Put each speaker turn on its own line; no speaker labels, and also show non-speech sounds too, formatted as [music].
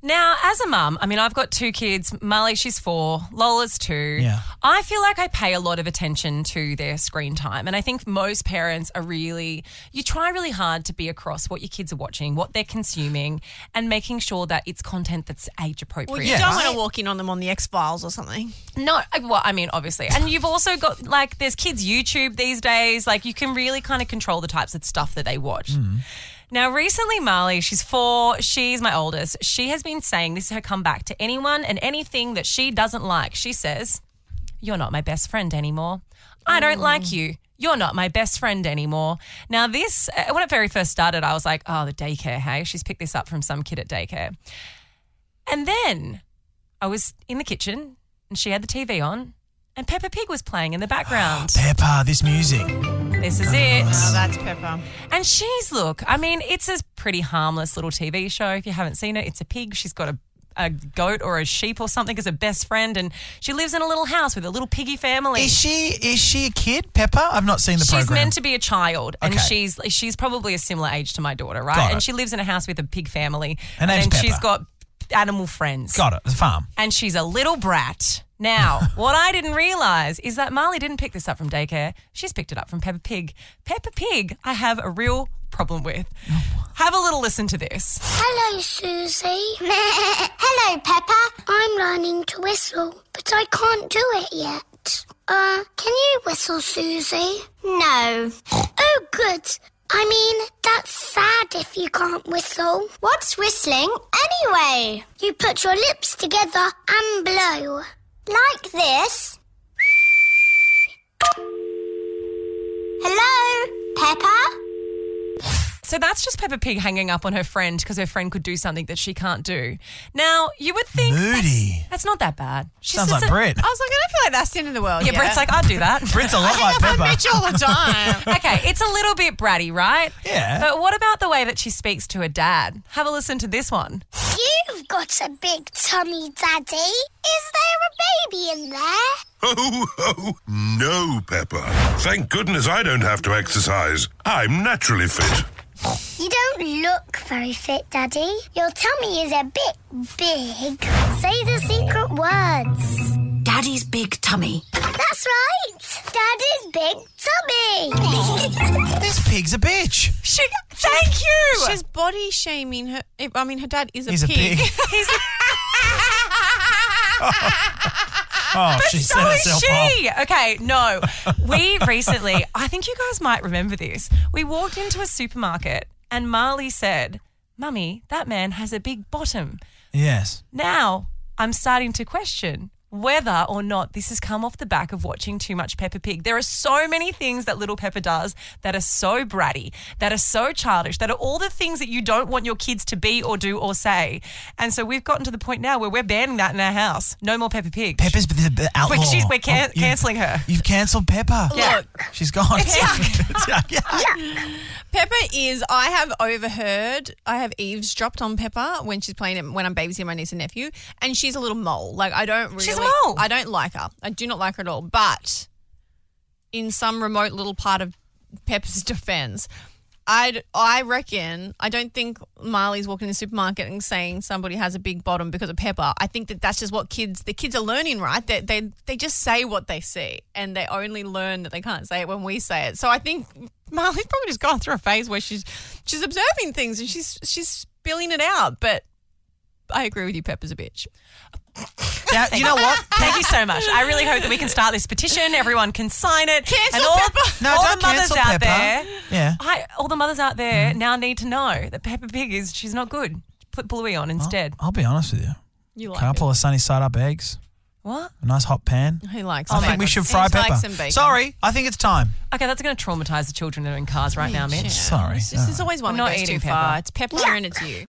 Now, as a mum, I mean, I've got two kids. Marley, she's four. Lola's two.
Yeah.
I feel like I pay a lot of attention to their screen time. And I think most parents are really, you try really hard to be across what your kids are watching, what they're consuming, and making sure that it's content that's age appropriate.
Well, you don't
right?
want to walk in on them on the X Files or something.
No, I- uh, well, I mean, obviously. And you've also got, like, there's kids' YouTube these days. Like, you can really kind of control the types of stuff that they watch. Now, recently, Marley, she's four, she's my oldest. She has been saying this is her comeback to anyone and anything that she doesn't like. She says, You're not my best friend anymore. I don't like you. You're not my best friend anymore. Now, this, uh, when it very first started, I was like, Oh, the daycare, hey? She's picked this up from some kid at daycare. And then I was in the kitchen and she had the TV on and Peppa Pig was playing in the
[gasps]
background.
Peppa, this music.
this is it.
Oh, that's Pepper.
And she's, look, I mean, it's a pretty harmless little TV show. If you haven't seen it, it's a pig. She's got a a goat or a sheep or something as a best friend, and she lives in a little house with a little piggy family.
Is she is she a kid, Peppa? I've not seen the
she's
program.
meant to be a child, and
Okay.
she's she's probably a similar age to my daughter, right?
Got
and
it.
she lives in a house with a pig family,
Her
and
name's
then she's
Peppa.
got animal friends.
Got it. The farm.
and she's a little brat.
[laughs]
Now, what I didn't realize is that Marley didn't pick this up from daycare. She's picked it up from Peppa Pig. Peppa Pig, I have a real problem with. Have a little listen to this.
Hello, Susie. [laughs] Hello, Peppa. I'm learning to whistle, but I can't do it yet. Uh, can you whistle, Susie? No. oh, good. I mean, that's sad if you can't whistle. What's whistling anyway? You put your lips together and blow. Like this. Hello, Peppa?
So that's just Peppa Pig hanging up on her friend because her friend could do something that she can't do. Now, you would think
Moody.
That's, that's not that bad. She's
Sounds
just
like
a-
Brit.
I was like, I don't feel like that's the end of the world.
Yeah,
yet.
Brit's like, I'd do that.
[laughs] Brit's a lot like
I
Peppa.
bitch all the time.
okay, it's a little bit bratty, right?
Yeah.
But what about the way that she speaks to her dad? Have a listen to this one.
You've got a big tummy, Daddy. Is there a baby in there?
Oh, oh, no, Pepper. Thank goodness I don't have to exercise. I'm naturally fit.
You don't look very fit, Daddy. Your tummy is a bit big. Say the secret words.
Daddy's big tummy.
That's right. Daddy's big tummy. [laughs]
This pig's a bitch.
She, thank you.
She's body shaming her. I mean, her dad is a
He's a
[laughs]
pig.
pig.
He's
[laughs]
a-
Oh, she
so
set
is
herself off.
she. Okay, no. We recently, I think you guys might remember this. We walked into a supermarket and Marley said, Mummy, that man has a big bottom.
Yes.
Now I'm starting to question whether or not this has come off the back of watching too much Peppa Pig. There are so many things that Little Peppa does that are so bratty, that are so childish, that are all the things that you don't want your kids to be or do or say. And so we've gotten to the point now where we're banning that in our house. No more Peppa Pig.
Peppa's the, the outlaw.
Wait, she's- we're can-
Oh, you-
cancelling her.
You've cancelled Peppa.
Yeah.
She's gone. [laughs]
It's [laughs] yuck.
It's yuck, yeah.
[laughs] Pepper is. I have overheard. I have eavesdropped on Pepper when she's playing it when I'm babysitting my niece and nephew, and she's a little mole. Like I don't really.
She's a mole.
I don't like her. I do not like her at all. But in some remote little part of Pepper's [laughs] defense. I'd, I reckon, I don't think Marley's walking in the supermarket and saying somebody has a big bottom because of Pepper. I think that that's just what kids, the kids are learning, right? They, they, they just say what they see and they only learn that they can't say it when we say it. So I think Marley's probably just gone through a phase where she's, she's observing things and she's, she's spilling it out. But I agree with you, Pepper's a bitch.
Now, you know what?
Thank you so much. I really hope that we can start this petition. Everyone can sign it.
Cancel
and all,
Peppa.
No,
all
don't
the mothers
cancel
out
Peppa.
there.
Yeah.
I, all the mothers out there now need to know that Peppa Pig is she's not good. Put Bluey on instead.
I'll be honest with you.
You like
Can I pull a sunny side up eggs?
What?
A nice hot pan?
it. He
Oh
likes
I
it.
think we should
He
fry
likes
Peppa.
some bacon.
Sorry, I think it's time.
Okay, that's going to traumatize the children that are in cars right now, Mitch.
Sorry. Ah.
It's just- There's always one
We're not
that goes
eating
too
pepper.
far. It's pepper and it's you.